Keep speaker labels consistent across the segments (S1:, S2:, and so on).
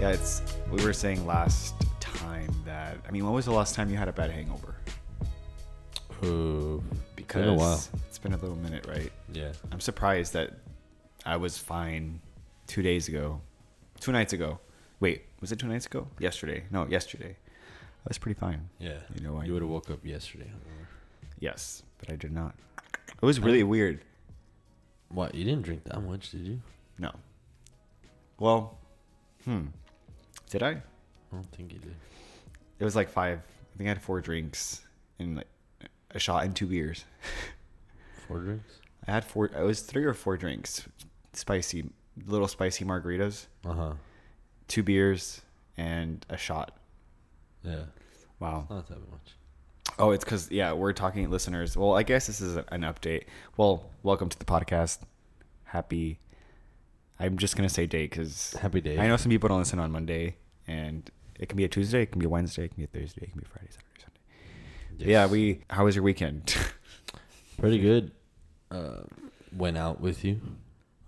S1: Yeah, it's we were saying last time that I mean, when was the last time you had a bad hangover?
S2: Ooh,
S1: Because
S2: a while.
S1: it's been a little minute, right?
S2: yeah.
S1: I'm surprised that I was fine two days ago, two nights ago. Wait, was it two nights ago? Yesterday? No, yesterday. I was pretty fine.
S2: Yeah.
S1: You know why?
S2: You would have woke up yesterday.
S1: Yes, but I did not. It was really weird.
S2: What? You didn't drink that much, did you?
S1: No. Well, hmm. Did I?
S2: I don't think you did.
S1: It was like five. I think I had four drinks and like a shot and two beers.
S2: Four drinks?
S1: I had four. It was three or four drinks, spicy, little spicy margaritas,
S2: Uh huh.
S1: two beers, and a shot.
S2: Yeah.
S1: Wow.
S2: Not that much.
S1: Oh, it's because yeah, we're talking listeners. Well, I guess this is an update. Well, welcome to the podcast. Happy. I'm just gonna say day because
S2: Happy day.
S1: I know some people don't listen on Monday, and it can be a Tuesday, it can be a Wednesday, it can be a Thursday, it can be a Friday, Saturday, Sunday. But Yeah, we. How was your weekend?
S2: Pretty good. Uh, went out with you.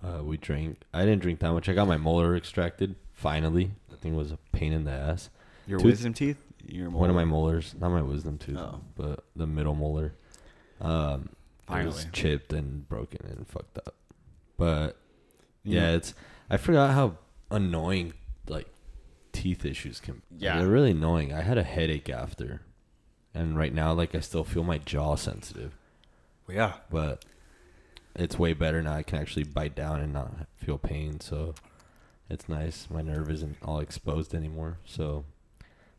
S2: Uh, we drank. I didn't drink that much. I got my molar extracted finally. That thing was a pain in the ass.
S1: your
S2: Tooth-
S1: wisdom teeth. Your
S2: One of my
S1: molar?
S2: molars, not my wisdom tooth,
S1: Oh.
S2: but the middle molar. Um, it was
S1: Finally.
S2: chipped and broken and fucked up. But yeah, it's I forgot how annoying like teeth issues can. be.
S1: Yeah.
S2: they're really annoying. I had a headache after, and right now, like I still feel my jaw sensitive,
S1: yeah.
S2: but it's way better now. I can actually bite down and not feel pain, so it's nice. My nerve isn't all exposed anymore, so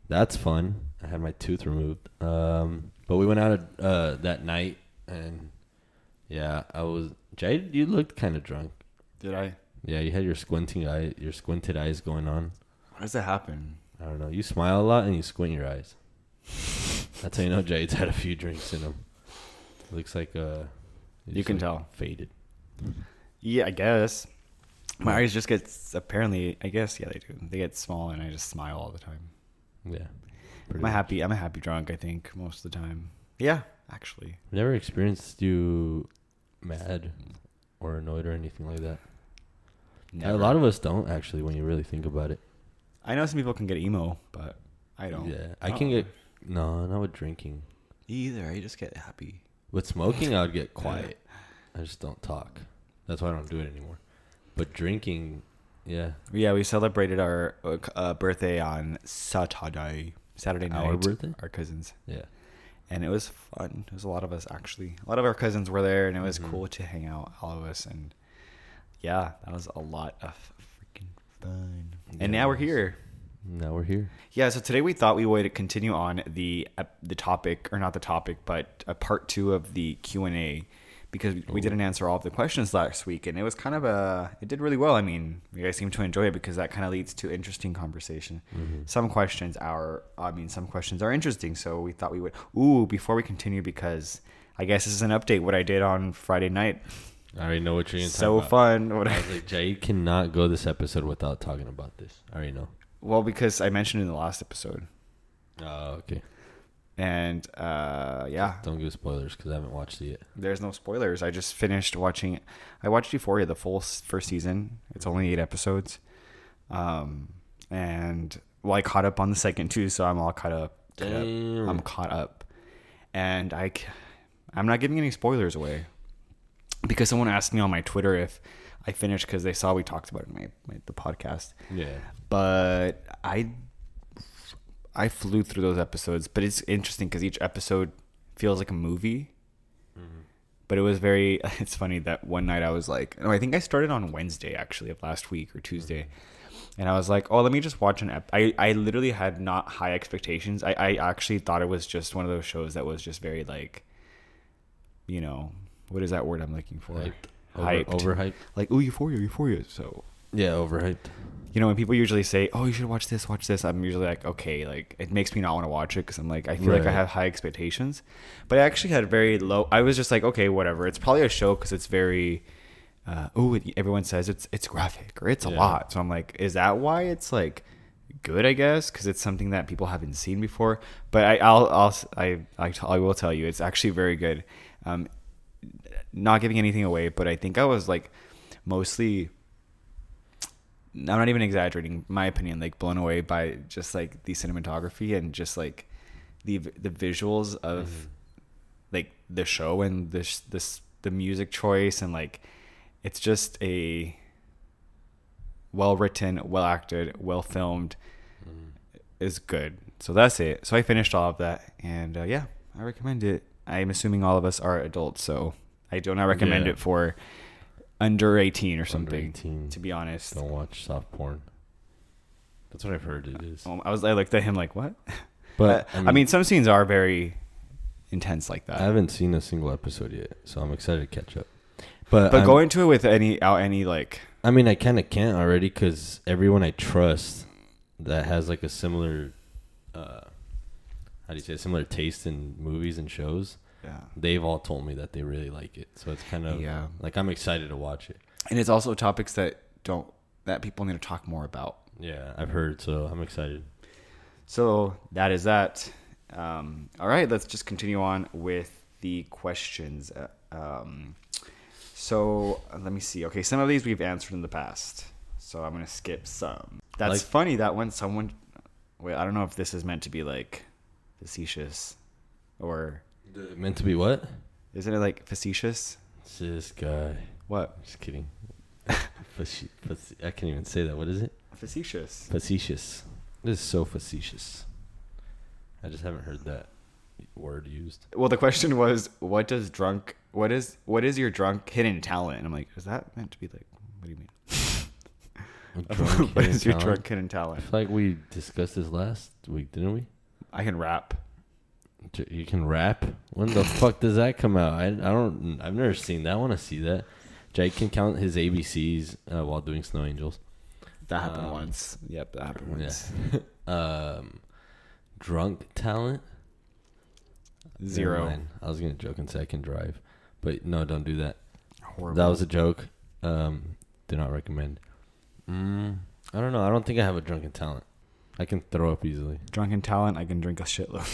S2: that's fun. I had my tooth removed, um, but we went out uh, that night, and yeah, I was. Jade, you looked kind of drunk.
S1: Did I?
S2: Yeah, you had your squinting eye, your squinted eyes going on.
S1: How does that happen?
S2: I don't know. You smile a lot and you squint your eyes. That's how you know Jade's had a few drinks in him. Looks like uh, he's
S1: You can
S2: like
S1: tell.
S2: faded.
S1: Yeah, I guess. My eyes just get apparently. I guess yeah, they do. They get small, and I just smile all the time.
S2: Yeah, Pretty
S1: I'm a happy. I'm a happy drunk. I think most of the time. Yeah, actually,
S2: I've never experienced you mad or annoyed or anything like that.
S1: never.
S2: A lot of us don't actually when you really think about it.
S1: I know some people can get emo, but I don't.
S2: Yeah, I can get no, not with drinking.
S1: Oh, either. I just get happy.
S2: With smoking, I would get quiet. I just don't talk. That's why I don't do it anymore. But drinking, yeah,
S1: Yeah, we celebrated our uh, c- uh, birthday on Saturday. Saturday night.
S2: Our birthday?
S1: Our cousins.
S2: yeah.
S1: and it was fun. It was a lot of us actually. A lot of our cousins were there, and it was cool to hang out, all of us. And yeah, that was a lot of freaking fun. and now we're here.
S2: Now we're here.
S1: Yeah, so today we thought we would continue on the uh, the topic, or not the topic, but a part two of the Q and A, because we didn't answer all of the questions last week, and it was kind of a it did really well. I mean, you guys seem to enjoy it because that kind of leads to interesting conversation.
S2: Mm-hmm.
S1: Some questions are, I mean, some questions are interesting, so we thought we would. Ooh, before we continue, because I guess this is an update what I did on Friday night.
S2: I already know what you're gonna
S1: So
S2: talk about.
S1: fun. What I-
S2: I was like, Jade cannot go this episode without talking about this. I already know.
S1: well, because I mentioned in the last episode,
S2: Oh, okay.
S1: and uh, yeah,
S2: Don't give spoilers because I haven't watched it yet.
S1: there's no spoilers. I just finished watching. I watched Euphoria the full s- first season. It's only eight episodes, um, and well, I caught up on the second two, so I'm all caught up. Caught up.
S2: Damn.
S1: I'm caught up, and I, c- I'm not giving any spoilers away. because someone asked me on my Twitter if I finished because they saw we talked about it in my, my the podcast.
S2: Yeah.
S1: But I I flew through those episodes, but it's interesting because each episode feels like a movie.
S2: Mm-hmm.
S1: But it was very. It's funny that one night I was like, no, I think I started on Wednesday actually of last week or Tuesday,
S2: Mm-hmm.
S1: and I was like, oh, let me just watch an ep. I I literally had not high expectations. I I actually thought it was just one of those shows that was just very like, you know, what is that word I'm looking for?
S2: Hyped. Over- overhyped.
S1: Like oh, Euphoria, Euphoria. So
S2: Yeah, overhyped.
S1: you know, when people usually say, "Oh, you should watch this, watch this," I'm usually like, "Okay," like it makes me not want to watch it because I'm like, I feel like I
S2: Right.
S1: have high expectations, but I actually had very low. I was just like, "Okay, whatever." It's probably a show because it's very, uh, oh, everyone says it's it's graphic or it's a lot, so I'm like, is that why it's like good? I guess because it's something that people haven't seen before. But I, I'll, I'll, I, I, I will tell you, it's actually very good. Um, not giving anything away, but I think I was like mostly I'm not even exaggerating my opinion like blown away by just like the cinematography and just like the the visuals of like the show and this this the music choice and like it's just a well written, well acted, well filmed is good. So that's it. So I finished all of that and uh, yeah, I recommend it. I'm assuming all of us are adults, so I do not recommend
S2: Yeah.
S1: it for under 18 or something
S2: 18.
S1: to be honest.
S2: Don't watch soft porn. That's what I've heard it is.
S1: Um, I was I looked at him like what?
S2: But
S1: I mean, some scenes are very intense like that.
S2: I haven't seen a single episode yet, so I'm excited to catch up. But
S1: but
S2: I'm-
S1: go into it with any out any like
S2: I mean, I kind of can't already because everyone I trust that has like a similar, uh, how do you say, a similar taste in movies and shows,
S1: yeah.
S2: they've all told me that they really like it. So it's kind of
S1: Yeah.
S2: like I'm excited to watch it.
S1: And it's also topics that don't that people need to talk more about.
S2: Yeah, I've heard, so I'm excited.
S1: So that is that. Um, all right, let's just continue on with the questions. Uh, um, so uh, let me see. Okay, some of these we've answered in the past, so I'm gonna skip some. That's
S2: Like-
S1: funny that when someone, wait, I don't know if this is meant to be like facetious, or
S2: Meant to be what?
S1: isn't it like facetious?
S2: It's this guy.
S1: What
S2: Just kidding. Face- face- I can't even say that. What is it?
S1: facetious?
S2: Facetious. This is so facetious. I just haven't heard that word used.
S1: Well, the question was, what does drunk? What is what is your drunk hidden talent? And I'm like, is that meant to be like? What do you mean?
S2: Drunk
S1: what
S2: hidden
S1: is your
S2: talent?
S1: drunk hidden talent?
S2: I feel like we discussed this last week, didn't we?
S1: I can rap.
S2: J- You can rap. When the fuck does that come out? I, I don't. I've never seen that. I want to see that. Jake can count his ABCs uh, while doing Snow Angels.
S1: That happened
S2: Um,
S1: once. Yep, that happened once.
S2: Yeah. um, drunk talent. Never
S1: Zero.
S2: mind. I was gonna joke and say I can drive, but no, don't do that.
S1: Horrible.
S2: That was a joke. Um, do not recommend. Mm, I don't know. I don't think I have a drunken talent. I can throw up easily.
S1: Drunken talent. I can drink a shitload.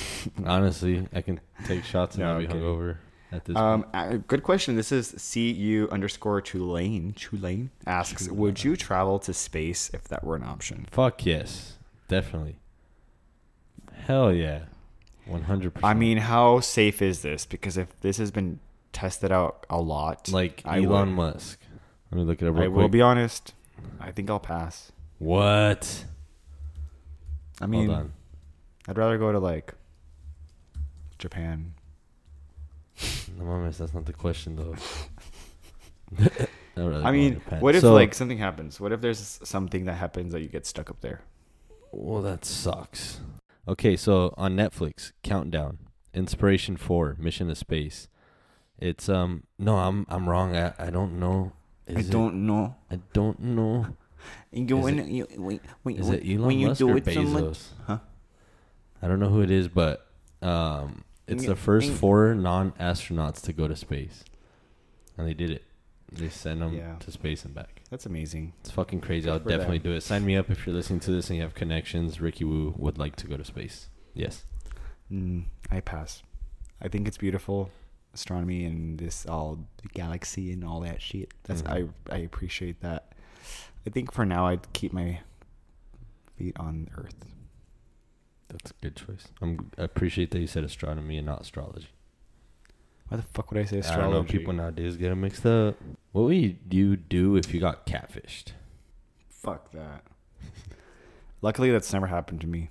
S2: Honestly, I can take shots and
S1: No,
S2: not be
S1: I'm kidding.
S2: hungover at this
S1: Um, uh, good question. This is cu underscore Tulane. Tulane asks, would you travel to space if that were an option?
S2: Fuck yes, definitely. Hell yeah, one hundred percent.
S1: I mean, how safe is this? Because if this has been tested out a lot,
S2: like
S1: I would-
S2: Elon Musk. Let me look it up.
S1: I
S2: Real
S1: will
S2: quick.
S1: be honest. I think I'll pass.
S2: What?
S1: I mean,
S2: Hold on.
S1: I'd rather go to like Japan.
S2: No, mames, that's not the question though. I'd rather go
S1: I mean,
S2: to Japan.
S1: what if
S2: So-
S1: like something happens? What if there's something that happens that you get stuck up there?
S2: Well, that sucks. Okay, so on Netflix, Countdown, Inspiration Four, Mission to Space. It's um no, I'm I'm wrong. I I don't know. Is it-
S1: know.
S2: I don't know.
S1: You
S2: Is
S1: when
S2: it-
S1: you when, when,
S2: Is
S1: when-
S2: it Elon
S1: when you
S2: Musk
S1: do
S2: or
S1: it so much-
S2: Bezos?
S1: Huh?
S2: I don't know who it is, but um, it's the first four non-astronauts to go to space, and they did it. They sent them
S1: Yeah.
S2: to space and back.
S1: That's amazing.
S2: It's fucking crazy. I'll
S1: for them.
S2: definitely do it. Sign me up if you're listening to this and you have connections. Ricky Wu would like to go to space. Yes.
S1: Mm, I pass. I think it's beautiful astronomy and this all the galaxy and all that shit. That's
S2: Mm-hmm.
S1: I I appreciate that. I think for now I'd keep my feet on Earth.
S2: That's a good choice. I'm, I appreciate that you said astronomy and not astrology.
S1: Why the fuck would I say
S2: I don't
S1: astrology?
S2: know. People nowadays get them mixed up. What would you do if you got catfished?
S1: Fuck that. Luckily, that's never happened to me.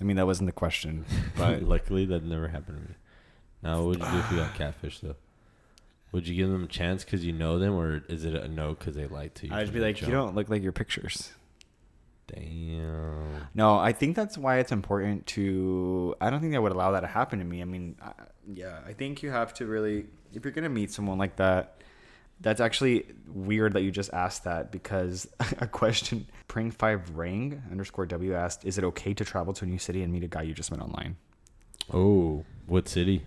S1: I mean, that wasn't the question, but
S2: Luckily, that never happened to me. Now, what would you do if you got catfished though? Would you give them a chance because you know them, or is it a no because they lied to you?
S1: I'd
S2: from
S1: be
S2: the
S1: like, you
S2: jump?"
S1: don't look like your pictures.
S2: Damn.
S1: No, I think that's why it's important to. I don't think I would allow that to happen to me. I mean, I, yeah, I think you have to really. If you're gonna meet someone like that, that's actually weird that you just asked that because a question pring five ring underscore w asked, is it okay to travel to a new city and meet a guy you just met online?
S2: Oh, what city?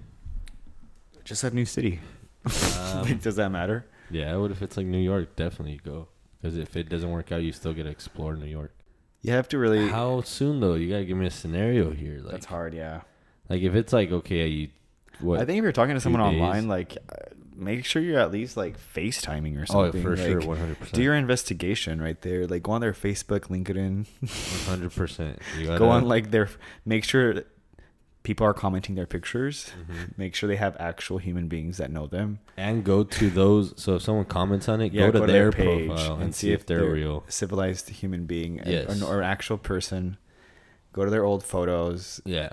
S1: Just a new city. like, does that matter?
S2: Yeah, what if it's like New York? Definitely you go because if it doesn't work out, you still get to explore New York.
S1: You have to really.
S2: How soon though? You gotta give me a scenario here. Like,
S1: that's hard. Yeah.
S2: like if it's like okay, you. What?
S1: I think if you're talking to someone
S2: days?
S1: online, like uh, make sure you're at least like FaceTiming or something.
S2: Oh, for sure,
S1: like,
S2: 100%.
S1: Do your investigation right there. Like go on their Facebook, LinkedIn,
S2: hundred percent.
S1: go on like their. Make sure people are commenting their pictures.
S2: Mm-hmm.
S1: Make sure they have actual human beings that know them.
S2: and go to those. So if someone comments on it, go to their, profile and, see if they're, real.
S1: civilized human being, and-
S2: Yes.
S1: or, or an actual person. Go to their old photos.
S2: Yeah,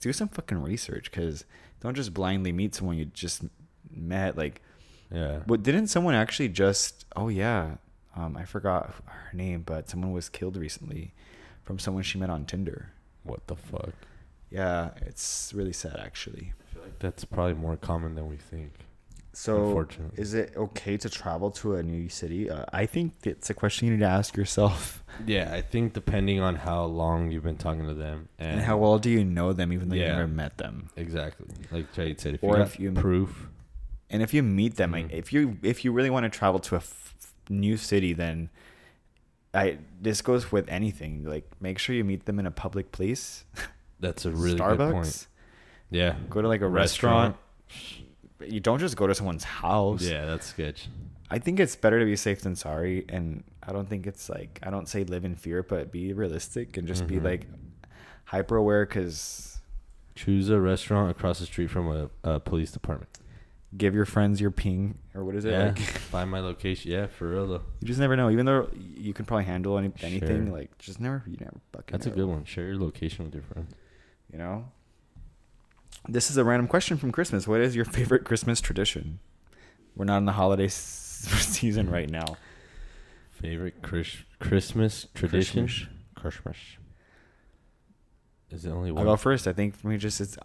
S1: do some fucking research because don't just blindly meet someone you just met. Like,
S2: yeah.
S1: what didn't someone actually just? Oh yeah, um, I forgot her name, but someone was killed recently from someone she met on Tinder.
S2: What the fuck?
S1: Yeah, it's really sad actually.
S2: That's probably more common than we think.
S1: So,
S2: Unfortunately.
S1: is it okay to travel to a new city? Uh, I think it's a question you need to ask yourself.
S2: Yeah, I think depending on how long you've been talking to them and,
S1: And how well do you know them, even though you
S2: Yeah.
S1: never met them?
S2: exactly, like Jade said, if
S1: Or
S2: you got
S1: if you-
S2: proof,
S1: and if you meet them
S2: Mm-hmm.
S1: like if you if you really want to travel to a f- new city then i this goes with anything like make sure you meet them in a public place
S2: that's a really good point.
S1: starbucks
S2: Yeah,
S1: go to like a restaurant. you don't just go to someone's house
S2: Yeah, that's sketch.
S1: i think it's better to be safe than sorry and i don't think it's like i don't say live in fear but be realistic and just
S2: Mm-hmm.
S1: be like hyper aware because
S2: Choose a restaurant across the street from a, a police department.
S1: give your friends your ping or what is it
S2: Yeah,
S1: like
S2: find my location. Yeah, for real though.
S1: you just never know even though you can probably handle any, anything
S2: Sure.
S1: like just never you never fucking
S2: That's a
S1: know.
S2: good one. Share your location with your friends.
S1: you know this is a random question from christmas what is your favorite christmas tradition we're not in the holiday s-
S2: Hmm.
S1: season right now
S2: Favorite Chris- Christmas tradition? Christmas. Is it only
S1: i'll
S2: one?
S1: go first i think for me just it's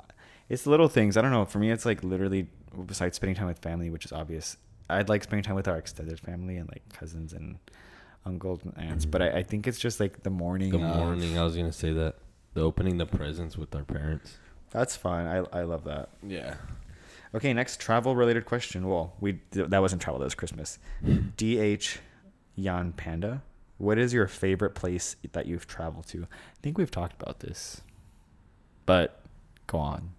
S1: it's little things i don't know for me it's like literally besides spending time with family which is obvious i'd like spending time with our extended family and like cousins and uncles and aunts but I, I think it's just like the morning
S2: the
S1: of-
S2: morning. I was gonna say that. The opening the presents with our parents.
S1: that's fun i i love that
S2: Yeah.
S1: Okay, next travel related question. Well, we that wasn't travel, that was Christmas. DH Yan Panda, what is your favorite place that you've traveled to? I think we've talked about this. But go on.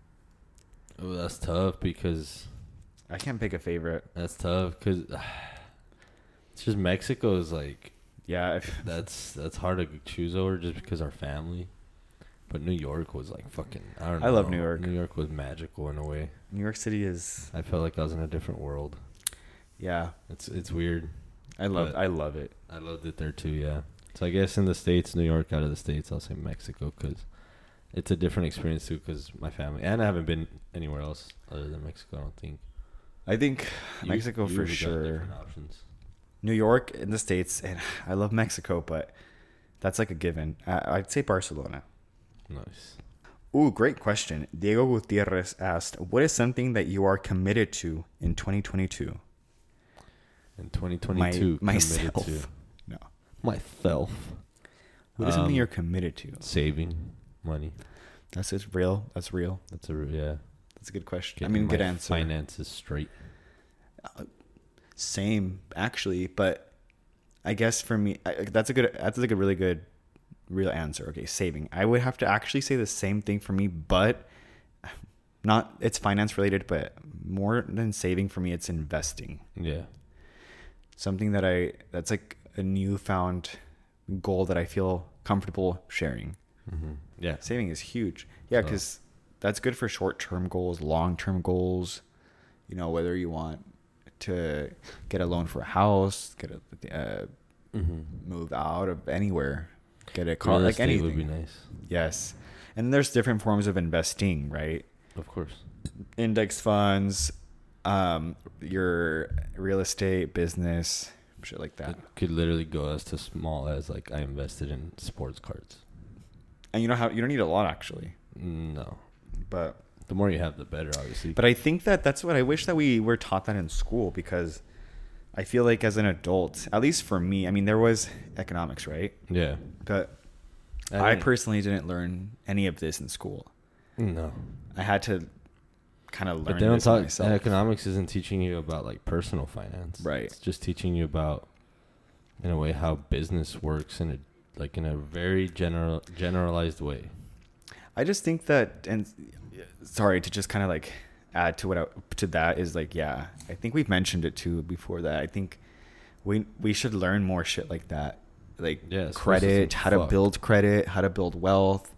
S2: Oh, that's tough because
S1: I can't pick a favorite.
S2: that's tough because it's just Mexico is like
S1: Yeah, if,
S2: that's that's hard to choose over just because our family. But New York was like fucking. I don't. know.
S1: I love New York.
S2: New York was magical in a way.
S1: New York City is
S2: I felt like I was in a different world.
S1: yeah,
S2: It's it's weird.
S1: I love
S2: But-
S1: I love it.
S2: I loved it there too. Yeah. So I guess in the states, New York, out of the states, I'll say Mexico because it's a different experience too. Because my family and I haven't been anywhere else other than Mexico. I don't think
S1: I think
S2: You-
S1: Mexico
S2: you
S1: for
S2: really got
S1: sure.
S2: different options.
S1: New York in the states and I love Mexico, but that's like a given. I, I'd say Barcelona.
S2: Nice.
S1: Ooh, great question. Diego Gutierrez asked, "What is something that you are committed to in 2022?"
S2: In 2022,
S1: My-
S2: committed
S1: myself.
S2: to
S1: No.
S2: myself
S1: What is something you're committed to?
S2: saving money.
S1: Um, That's it's real. That's real.
S2: That's a re- yeah.
S1: That's a good question.
S2: Getting
S1: I mean,
S2: my
S1: good answer.
S2: Finances straight.
S1: Same, actually, but I guess for me, I, that's a good. That's like a really good, real answer. Okay, saving. I would have to actually say the same thing for me, but not. It's finance related, but more than saving for me, it's investing.
S2: Yeah.
S1: something that I that's like a newfound goal that I feel comfortable sharing.
S2: Yeah.
S1: Saving is huge. Yeah, because that's good for short term goals, long term goals, you know whether you want to get a loan for a house, get a uh, move out of anywhere, get a car,
S2: Mm-hmm. Real
S1: like
S2: estate
S1: anything.
S2: would be nice,
S1: Yes, and there's different forms of investing, right?
S2: of course.
S1: Index funds, um, your real estate business, shit like that.
S2: It could literally go as to small as like I invested in sports cards.
S1: And you don't have you don't need a lot actually,
S2: No,
S1: but
S2: the more you have, the better, obviously.
S1: But I think that that's what I wish that we were taught that in school because I feel like as an adult, at least for me, I mean, there was economics, right?
S2: yeah,
S1: But
S2: I
S1: I
S2: didn't-
S1: personally didn't learn any of this in school.
S2: no.
S1: I had to kind of
S2: But
S1: learn
S2: they don't
S1: this
S2: talk.
S1: myself.
S2: Economics isn't teaching you about like personal finance.
S1: Right.
S2: It's just teaching you about, in a way, how business works in a like in a very general generalized way.
S1: I just think that, and sorry to just kind of like add to what I, to that is like, yeah, I think we've mentioned it too before that. I think we we should learn more shit like that, like
S2: Yeah, it's
S1: credit,
S2: supposed to
S1: how to
S2: fuck. Mm-hmm.
S1: build credit, how to build wealth,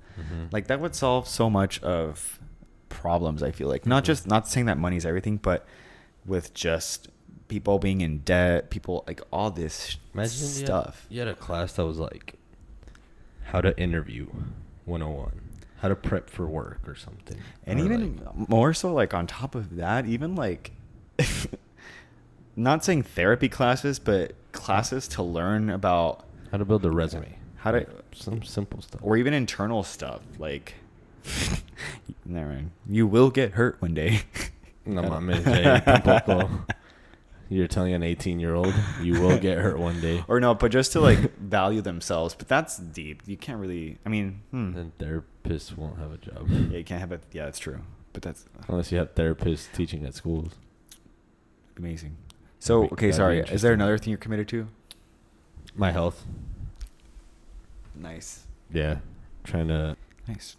S1: like that would solve so much of problems. I feel like not
S2: Mm-hmm.
S1: just not saying that money's everything, but with just people being in debt, people like all this
S2: Imagine you had-
S1: stuff.
S2: You had, a class that was like how to interview 101, how to prep for work or something.
S1: and
S2: Or,
S1: even
S2: like-
S1: more so like on top of that even like not saying therapy classes but classes to learn about
S2: how to build a resume.
S1: How to-
S2: Like, some simple stuff.
S1: or even internal stuff like never mind you will get hurt one day
S2: No mames, eh, tampoco. You're telling an 18 year old you will get hurt one day.
S1: or no but just to like value themselves but that's deep you can't really i mean hmm.
S2: then therapists won't have a job
S1: yeah you can't have it yeah that's true but that's
S2: unless you have therapists teaching at schools.
S1: amazing so
S2: That'd be-
S1: okay
S2: that'd be
S1: sorry is there
S2: interesting.
S1: another thing you're committed to
S2: My health.
S1: nice
S2: Yeah. Trying to.
S1: nice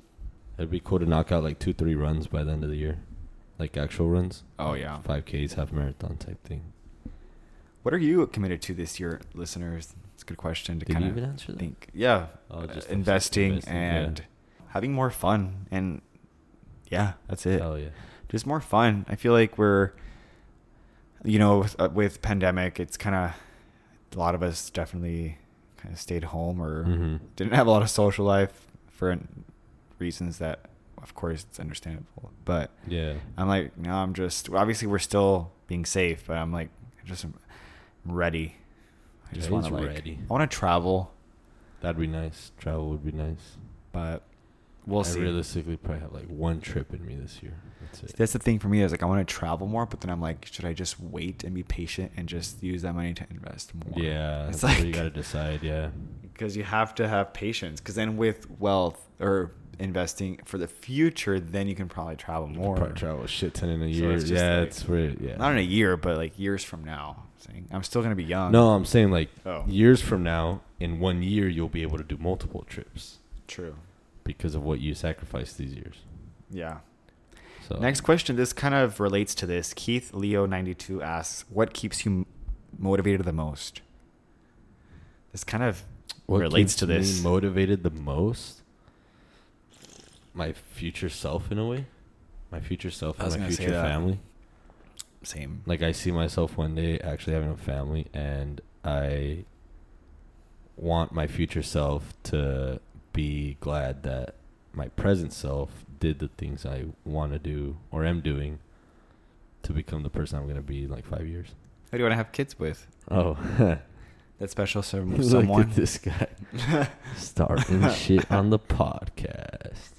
S2: It'd be cool to knock out like two, three runs by the end of the year, like actual runs.
S1: oh yeah
S2: 5Ks, half marathon type thing.
S1: What are you committed to this year, listeners? It's a good question to
S2: Did you
S1: kind
S2: even
S1: of
S2: answer that?
S1: think. Yeah,
S2: Oh,
S1: uh,
S2: just
S1: investing,
S2: investing, yeah.
S1: and having more fun, and yeah, that's it.
S2: Hell yeah.
S1: Just more fun. I feel like we're, you know, with, uh, with pandemic, it's kind of a lot of us definitely kind of stayed home or
S2: Mhm.
S1: didn't have a lot of social life for reasons that, of course, it's understandable, but
S2: Yeah.
S1: I'm like, no, I'm just obviously we're still being safe, but I'm like, I just am ready. I just
S2: Yeah,
S1: want
S2: he's
S1: to like,
S2: ready.
S1: I want to travel,
S2: That'd be nice. Travel would be nice.
S1: but we'll
S2: I
S1: see.
S2: realistically probably have like one trip in me this year. That's it.
S1: That's the thing for me is like I want to travel more, but then I'm like, should I just wait and be patient and just use that money to invest more?
S2: yeah.
S1: it's
S2: that's where
S1: like
S2: you got to decide. Yeah.
S1: because you have to have patience. Because then with wealth or investing for the future, then you can probably travel more.
S2: Probably travel a shit ton in a
S1: So
S2: year.
S1: it's just
S2: yeah.
S1: like-
S2: it's where. Yeah.
S1: Not in a year, but like years from now. Saying I'm still gonna be young.
S2: No, I'm saying like
S1: Uh, Oh.
S2: years from now, in one year, you'll be able to do multiple trips
S1: true.
S2: because of what you sacrificed these years.
S1: Yeah.
S2: So
S1: Next question. This kind of relates to this. Keith Leo ninety two asks, "What keeps you m- motivated the most?" This kind of
S2: what
S1: relates
S2: keeps
S1: to this.
S2: Me motivated the most, my future self in a way, my future self
S1: I
S2: and
S1: was
S2: my
S1: gonna say
S2: future
S1: that.
S2: family.
S1: Same.
S2: Like I see myself one day actually having a family, and I want my future self to be glad that my present self did the things I want to do or am doing to become the person I'm gonna be in like five years.
S1: Who do you want to have kids with?
S2: Oh,
S1: That special some-
S2: Look
S1: someone.
S2: at this guy starting shit on the podcast.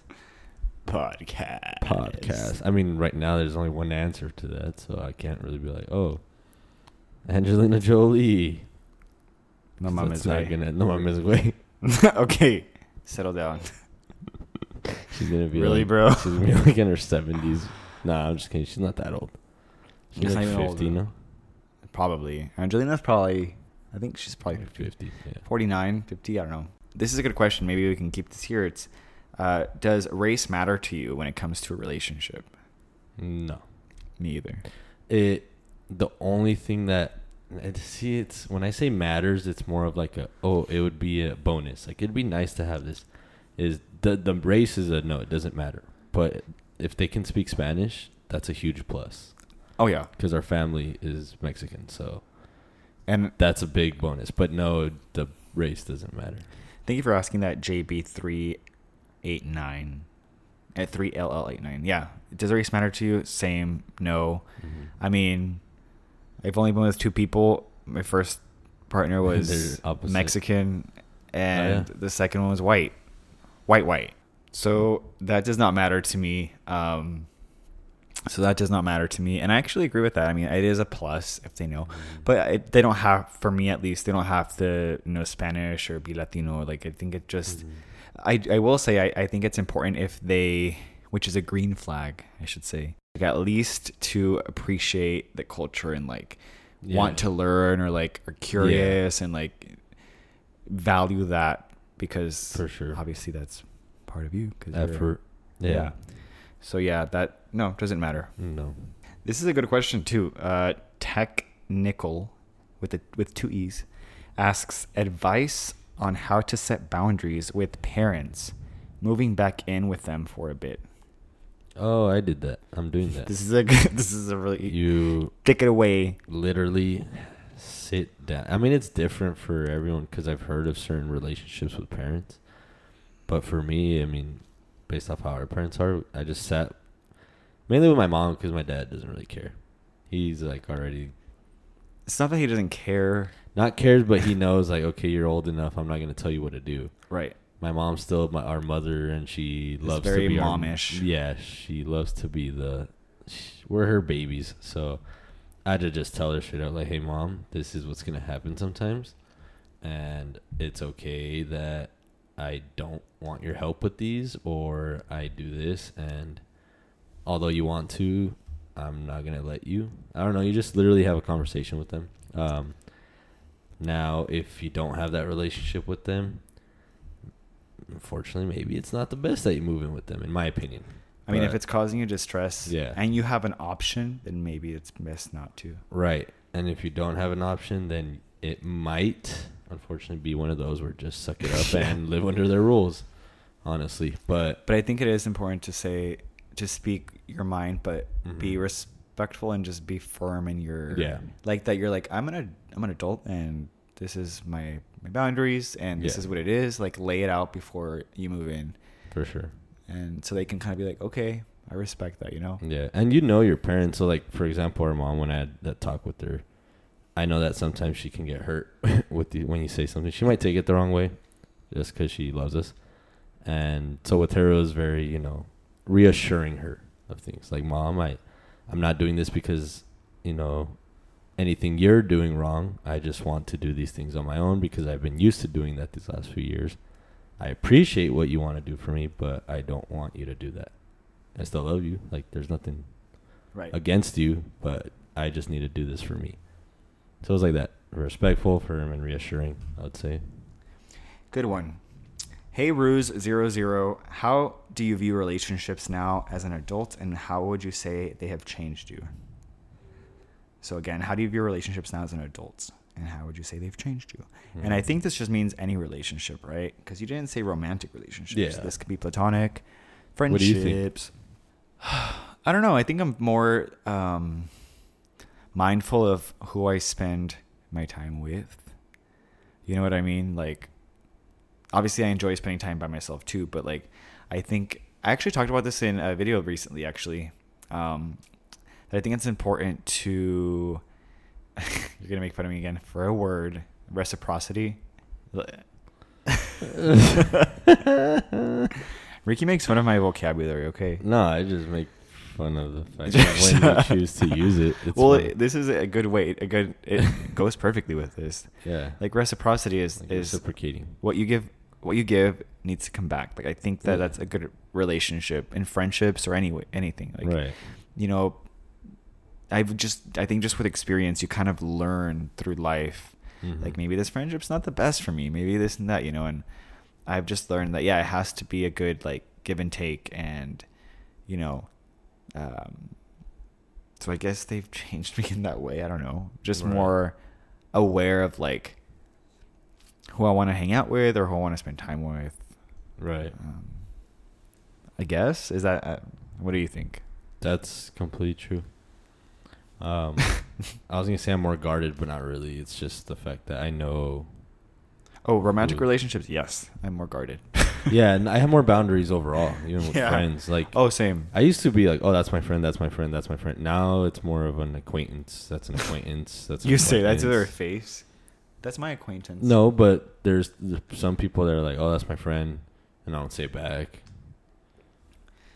S1: Podcast.
S2: Podcast. I mean, right now there's only one answer to that, so I can't really be like, oh, Angelina Jolie.
S1: No
S2: 'Cause
S1: mom
S2: that's
S1: is
S2: not
S1: right.
S2: gonna. No mom is way.
S1: okay, settle down.
S2: She's gonna be
S1: Really,
S2: like-
S1: bro?
S2: She's gonna be like in her seventies. Nah, I'm just kidding. She's not that old. She's
S1: That's
S2: like
S1: not even old,
S2: fifty
S1: though.
S2: now.
S1: Probably Angelina's probably. I think she's probably
S2: Like fifty. Yeah.
S1: 49, 50, I don't know. This is a good question. Maybe we can keep this here. It's uh, does race matter to you when it comes to a relationship?
S2: No.
S1: Me either.
S2: it Eh, the only thing that and see it's when i say matters it's more of like a oh it would be a bonus like it'd be nice to have this is the the race is a no it doesn't matter but if they can speak spanish that's a huge plus
S1: Oh yeah,
S2: because our family is Mexican, so
S1: and
S2: that's a big bonus. But no, the race doesn't matter.
S1: Thank you for asking that, JB389. At 3LL89. Yeah. Does race matter to you? Same. No.
S2: Mm-hmm.
S1: I mean, I've only been with two people. My first partner was
S2: They're opposite. Oh,
S1: Mexican, and
S2: yeah.
S1: the second one was white. White, white. So that does not matter to me. Um, so that does not matter to me. And I actually agree with that. I mean, it is a plus if they know, but it, they don't have, for me at least, they don't have to know Spanish or be Latino. Like, I think it just,
S2: Mm-hmm.
S1: I, I will say, I, I think it's important if they, which is a green flag, I should say, like at least to appreciate the culture and like want
S2: Yeah.
S1: to learn or like are curious and like value that because
S2: For sure.
S1: obviously that's part of you. 'cause you're-
S2: Effort. Yeah.
S1: Yeah. So yeah, that no doesn't matter.
S2: No.
S1: This is a good question too. Uh, Tech Nickel, with a, with two e's, asks advice on how to set boundaries with parents, moving back in with them for a bit.
S2: Oh, I did that. I'm doing that.
S1: This is a good, this is a really
S2: you
S1: take it away.
S2: literally sit down. I mean, it's different for everyone because I've heard of certain relationships with parents, but for me, I mean, based off how our parents are, I just sat mainly with my mom because my dad doesn't really care. He's like already
S1: It's not that he doesn't care,
S2: not cares, but he knows like okay, you're old enough. I'm not gonna tell you what to do.
S1: right?
S2: My mom's still my, our mother, and she loves
S1: very
S2: to be our-
S1: momish.
S2: yeah, she loves to be the. sh we're her babies, so I had to just tell her straight out, like, "Hey, mom, this is what's gonna happen sometimes, and it's okay that I don't want your help with these, or I do this, and although you want to, I'm not gonna let you. I don't know. You just literally have a conversation with them. Um, now, if you don't have that relationship with them, unfortunately, maybe it's not the best that you move in with them, in my opinion.
S1: I mean, if
S2: But-
S1: it's causing you distress,
S2: Yeah.
S1: and you have an option, then maybe it's best not to.
S2: right, and if you don't have an option, then it might unfortunately be one of those where just suck it up and live under their rules, honestly. But
S1: But I think it is important to say to speak your mind, but be respectful and just be firm in your
S2: Mm-hmm. Yeah.
S1: Like that, you're like I'm an I'm an adult and this is my my boundaries and this
S2: Yeah.
S1: is what it is. Like lay it out before you move in,
S2: for sure.
S1: and so they can kind of be like, okay, I respect that, you know.
S2: Yeah, and you know your parents. So, like for example, our mom when I had that talk with her, I know that sometimes she can get hurt with the, when you say something. She might take it the wrong way, just because she loves us. And so with her, it was very you know reassuring her of things like, "Mom, I, I'm not doing this because you know anything you're doing wrong. I just want to do these things on my own because I've been used to doing that these last few years. I appreciate what you want to do for me, but I don't want you to do that." I still love you. Like there's nothing
S1: Right.
S2: against you, but I just need to do this for me. So it was like that. Respectful, firm, and reassuring, I would say.
S1: Good one. Hey Ruse zero zero, how do you view relationships now as an adult, and how would you say they have changed you? So again, how do you view relationships now as an adult, and how would you say they've changed you? And I think this just means any relationship, right? Because you didn't say romantic relationships.
S2: Yeah.
S1: This could be platonic, friendships.
S2: do you think?
S1: I don't know. I think I'm more um, mindful of who I spend my time with. You know what I mean? Like, obviously, I enjoy spending time by myself too, but like, I think I actually talked about this in a video recently, actually. Um, that I think it's important to. you're going to make fun of me again for a word reciprocity. Ricky makes fun of my vocabulary, okay?
S2: No, I just make fun of the fact that when you choose to use it, it's
S1: well,
S2: fine.
S1: this is a good way. A good it goes perfectly with this.
S2: yeah,
S1: Like reciprocity is
S2: Like
S1: is
S2: reciprocating.
S1: what you give. What you give needs to come back. Like I think that
S2: Yeah.
S1: that's a good relationship in friendships or any anything. Like
S2: right.
S1: you know, I've just I think just with experience you kind of learn through life.
S2: Mhm.
S1: Like maybe this friendship's not the best for me. Maybe this and that. You know, and I've just learned that yeah, it has to be a good like give and take, and you know, um, so I guess they've changed me in that way. I don't know, just
S2: Right.
S1: more aware of like who I want to hang out with or who I want to spend time with.
S2: Right.
S1: Um, I guess is that uh, what do you think?
S2: That's completely true. Um, I was gonna say I'm more guarded, but not really. It's just the fact that I know.
S1: Oh, romantic
S2: Ooh.
S1: relationships. Yes, I'm more guarded.
S2: Yeah, and I have more boundaries overall, even with
S1: Yeah.
S2: friends. Like,
S1: Oh, same.
S2: I used to be like, oh, that's my friend, that's my friend, that's my friend. Now it's more of an acquaintance. That's an acquaintance. That's an
S1: You say that to their
S2: acquaintance.
S1: face. That's my acquaintance.
S2: No, but there's there's some people that are like, oh, that's my friend, and I don't say it back.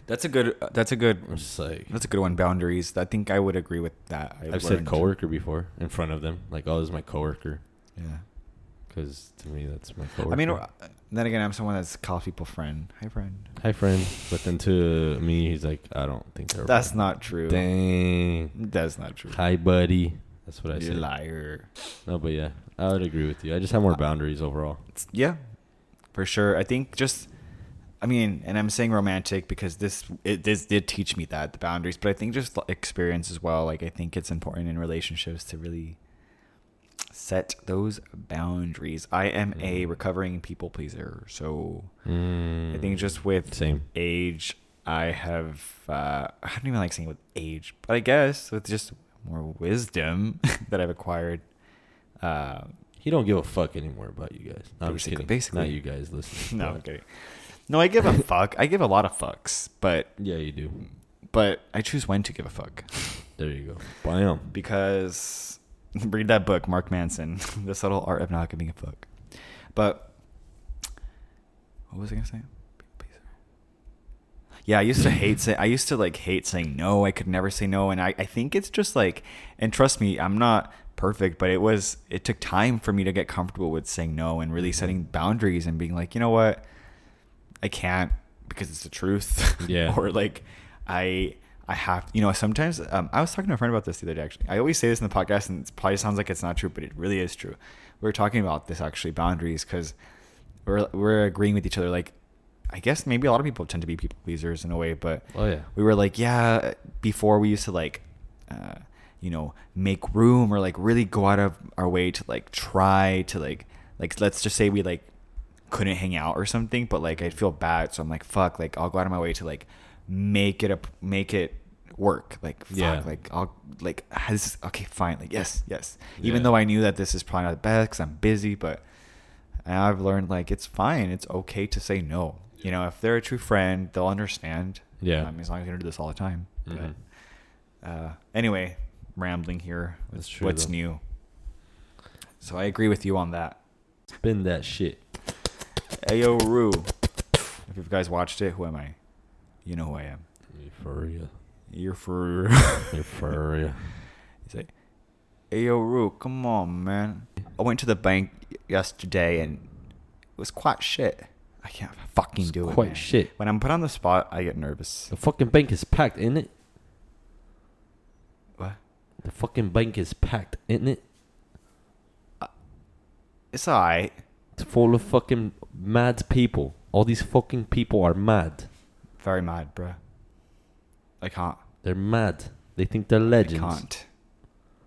S1: that's a good. uh, That's a good.
S2: I'm just like,
S1: That's a good one. Boundaries. I think I would agree with that. I
S2: I've said
S1: learned.
S2: coworker before in front of them, like, oh, this is my coworker,
S1: Yeah.
S2: because to me that's my coworker.
S1: I mean, uh, then again, I'm someone that's calls people friend. Hi, friend.
S2: hi friend, but then to me he's like, I don't think they're.
S1: That's not true.
S2: Dang.
S1: That's not true.
S2: Hi, buddy. That's what I
S1: You
S2: said.
S1: liar.
S2: No, but yeah, I would agree with you. I just have more boundaries overall.
S1: It's- yeah, for sure. I think just, I mean, and I'm saying romantic because this it, this did teach me that the boundaries, but I think just like, experience as well. Like I think it's important in relationships to really set those boundaries. I am a recovering people pleaser, so I think just with
S2: Mm-hmm. Same.
S1: age, I have uh, I don't even like saying with age, but I guess with just more wisdom that I've acquired. Uh,
S2: He don't give a fuck anymore about you guys. No, I'm just
S1: Basically-
S2: kidding.
S1: basically.
S2: Not you guys listening.
S1: No, I'm
S2: but-
S1: kidding. No, I give a fuck. I give a lot of fucks, but
S2: Yeah, you do.
S1: but I choose when to give a fuck
S2: There you go. Mm-hmm. Bam.
S1: because read that book, Mark Manson, The Subtle Art of Not Giving a Fuck. But what was I gonna say? Yeah, I used to hate say I used to like hate saying no. I could never say no, and I I think it's just like and trust me, I'm not perfect, but it was it took time for me to get comfortable with saying no and really setting boundaries and being like, you know what, I can't because it's the truth.
S2: Yeah.
S1: or like I I have you know sometimes um, I was talking to a friend about this the other day actually. I always say this in the podcast and it probably sounds like it's not true, but it really is true. We were talking about this actually boundaries because we're we're agreeing with each other like. I guess maybe a lot of people tend to be people pleasers in a way, but
S2: Oh, yeah.
S1: we were like, yeah, before we used to like, uh, you know, make room or like really go out of our way to like try to like, like, let's just say we like couldn't hang out or something, but like I feel bad. So I'm like, fuck, like I'll go out of my way to like make it up, make it work. Like, fuck,
S2: Yeah.
S1: like I'll like, ah, this is okay, fine. Like, yes, yes. Even
S2: Yeah.
S1: though I knew that this is probably not the best because I'm busy, but and I've learned like it's fine. It's okay to say no. You know, if they're a true friend, they'll understand.
S2: Yeah. Mm-hmm.
S1: Um, as long as you don't do this all the time. But, uh, anyway, rambling here.
S2: That's
S1: That's
S2: true,
S1: What's
S2: though.
S1: new? So I agree with you on that.
S2: Spin that shit.
S1: Ayo Roo. If you guys watched it, who am I? You know who I am.
S2: Euphoria.
S1: You're for.
S2: Euphoria.
S1: He's like, hey, yo, Roo, come on, man. I went to the bank yesterday and it was quite shit. I can't fucking do it.
S2: quite
S1: man.
S2: shit.
S1: When I'm put on the spot, I get nervous.
S2: the fucking bank is packed, isn't it?
S1: What?
S2: The fucking bank is packed, isn't it?
S1: It's alright.
S2: It's full of fucking mad people. All these fucking people are mad.
S1: Very mad, bruh. I can't.
S2: They're mad. They think they're legends.
S1: I can't.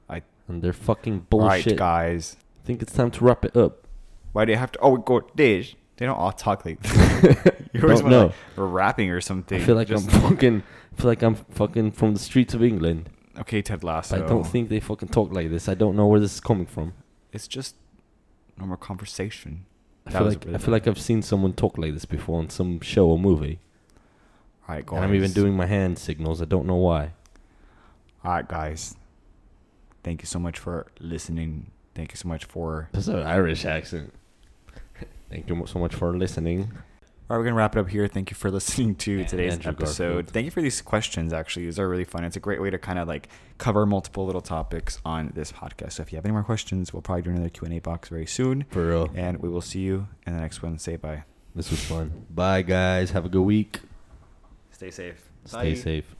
S1: I
S2: And they're fucking
S1: right,
S2: bullshit.
S1: guys.
S2: I think it's time to wrap it up.
S1: Why do you have to? Oh, go dish. They don't all talk like. you always
S2: Don't
S1: want
S2: know.
S1: like, rapping or something.
S2: I feel like
S1: Just-
S2: I'm fucking. I feel like I'm fucking from the streets of England.
S1: okay, Ted Lasso.
S2: But I don't think they fucking talk like this. I don't know where this is coming from.
S1: it's just normal conversation.
S2: I
S1: That
S2: feel
S1: was
S2: like
S1: really
S2: I feel like I've seen someone talk like this before on some show or movie.
S1: All right, guys.
S2: And I'm even doing my hand signals. I don't know why.
S1: All right, guys. Thank you so much for listening. Thank you so much for.
S2: That's an Irish accent. Thank you mo- so much for listening.
S1: All right, we're gonna wrap it up here. Thank you for listening to
S2: And
S1: today's
S2: Andrew
S1: episode.
S2: Garfield.
S1: Thank you for these questions. Actually, these are really fun. It's a great way to kind of like cover multiple little topics on this podcast. So if you have any more questions, we'll probably do another Q and A box very soon.
S2: For real.
S1: And we will see you in the next one. Say bye.
S2: This was fun. Bye guys. Have a good week.
S1: Stay safe.
S2: Stay safe.